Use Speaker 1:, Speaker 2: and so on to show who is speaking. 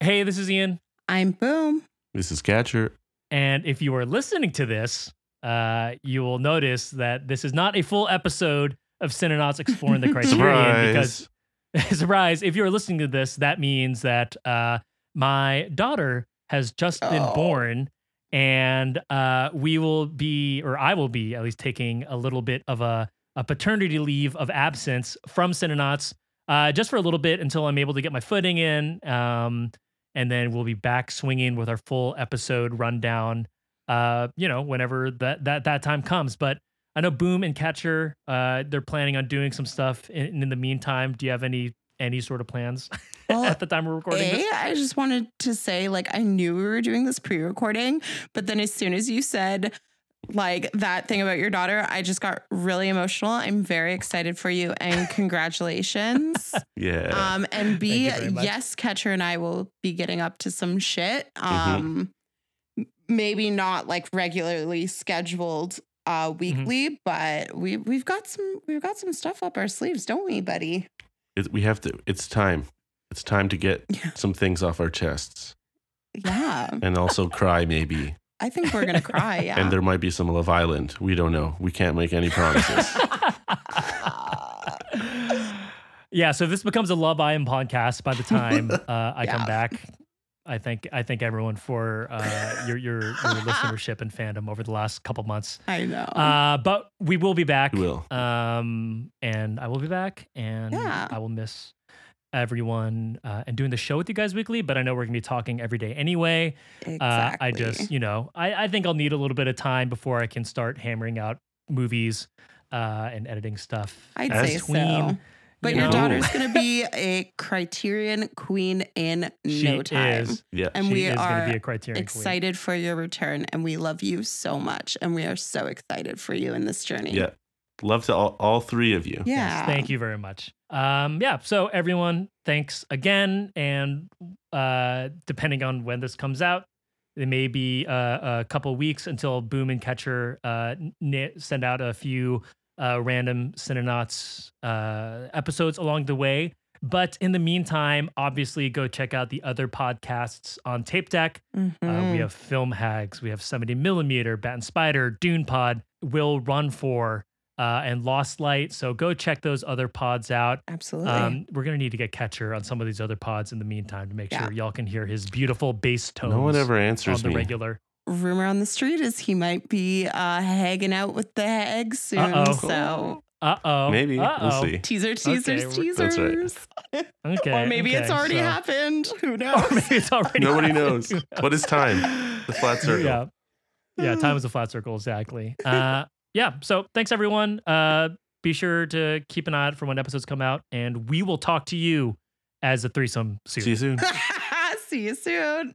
Speaker 1: Hey, this is Ian.
Speaker 2: I'm Boom.
Speaker 3: This is Catcher.
Speaker 1: And if you are listening to this, uh, you will notice that this is not a full episode of Cinenauts Exploring the Criterion
Speaker 3: Surprise.
Speaker 1: because surprise, if you are listening to this, that means that uh, my daughter has just been
Speaker 2: Oh.
Speaker 1: born and uh, we will be or I will be at least taking a little bit of a, a paternity leave of absence from Cinenauts uh, just for a little bit until I'm able to get my footing in. Um, and then we'll be back swinging with our full episode rundown, uh, you know, whenever that, that, that time comes. But I know Boom and Catcher, uh, they're planning on doing some stuff. And in the meantime, do you have any any sort of plans
Speaker 2: Well,
Speaker 1: at the time we're recording
Speaker 2: A,
Speaker 1: this?
Speaker 2: I just wanted to say, like, I knew we were doing this pre recording, but then as soon as you said, like, that thing about your daughter, I just got really emotional. I'm very excited for you and congratulations.
Speaker 3: Yeah.
Speaker 1: uh,
Speaker 2: um, and B,
Speaker 1: you very much.
Speaker 2: yes, Catcher and I will be getting up to some shit.
Speaker 1: Mm-hmm.
Speaker 2: Um, m- Maybe not like regularly scheduled
Speaker 1: Mm-hmm.
Speaker 2: uh weekly but we we've got some we've got some stuff up our sleeves don't we buddy
Speaker 3: It- we have to, it's time. It's time to get
Speaker 2: Yeah.
Speaker 3: some things off our chests
Speaker 2: yeah
Speaker 3: and also cry, maybe.
Speaker 2: I think we're gonna cry. Yeah.
Speaker 3: And there might be some Love Island. We don't know. We can't make any promises.
Speaker 1: yeah, so if this becomes a Love Island podcast by the time uh, I come
Speaker 2: Yeah.
Speaker 1: back, I thank I thank everyone for uh, your, your your listenership and fandom over the last couple months.
Speaker 2: I know.
Speaker 1: Uh, but we will be back.
Speaker 3: we will.
Speaker 1: Um, and I will be back, and
Speaker 2: Yeah.
Speaker 1: I will miss everyone uh, and doing the show with you guys weekly. But I know we're gonna be talking every day anyway.
Speaker 2: exactly.
Speaker 1: Uh, I just, you know, I, I think I'll need a little bit of time before I can start hammering out movies uh, and editing stuff.
Speaker 2: I'd
Speaker 1: as
Speaker 3: say
Speaker 1: tween,
Speaker 2: so. But
Speaker 1: you
Speaker 2: your
Speaker 1: know.
Speaker 2: daughter's gonna be a Criterion queen in
Speaker 1: she
Speaker 2: no time.
Speaker 1: is.
Speaker 3: Yeah.
Speaker 2: and
Speaker 1: she
Speaker 2: we
Speaker 1: is
Speaker 2: are
Speaker 1: gonna be a criterion queen.
Speaker 2: excited for your return, and we love you so much, and we are so excited for you in this journey.
Speaker 3: Yeah. Love to all, all three of you.
Speaker 1: Yes,
Speaker 2: Yeah.
Speaker 1: thank you very much. Um, yeah. So everyone, thanks again. And uh, depending on when this comes out, it may be uh, a couple weeks until Boom and Catcher uh, n- send out a few uh, random Cinenauts uh, episodes along the way. But in the meantime, obviously, go check out the other podcasts on Tape Deck. Uh, we
Speaker 2: Mhm.
Speaker 1: have Film Hags, we have 70 Millimeter, Bat and Spider, Dune Pod, Will Run For, uh, and Lost Light. So go check those other pods out.
Speaker 2: Absolutely.
Speaker 1: Um, we're going to need to get Catcher on some of these other pods in the meantime to make
Speaker 2: Yeah.
Speaker 1: sure y'all can hear his beautiful bass tones
Speaker 3: No one ever
Speaker 1: on
Speaker 3: answers
Speaker 1: the
Speaker 3: me.
Speaker 1: regular.
Speaker 2: Rumor on the street is he might be uh, hanging out with the hag soon.
Speaker 1: Uh-oh.
Speaker 2: So
Speaker 1: Uh oh.
Speaker 3: Maybe. We'll see.
Speaker 2: teaser,
Speaker 1: Okay,
Speaker 2: teasers,
Speaker 1: we're-
Speaker 3: That's right.
Speaker 2: teasers.
Speaker 1: Okay.
Speaker 2: or maybe it's
Speaker 1: okay,
Speaker 2: already
Speaker 1: so-
Speaker 2: happened. Who knows?
Speaker 1: Or maybe it's already
Speaker 3: Nobody
Speaker 1: happened.
Speaker 3: knows.
Speaker 1: Who
Speaker 3: What is time? The flat circle.
Speaker 1: Yeah. Yeah, time is a flat circle, exactly. Uh, yeah, so thanks everyone. Uh, be sure to keep an eye out for when episodes come out, and we will talk to you as a threesome series.
Speaker 3: See you soon.
Speaker 2: See you soon.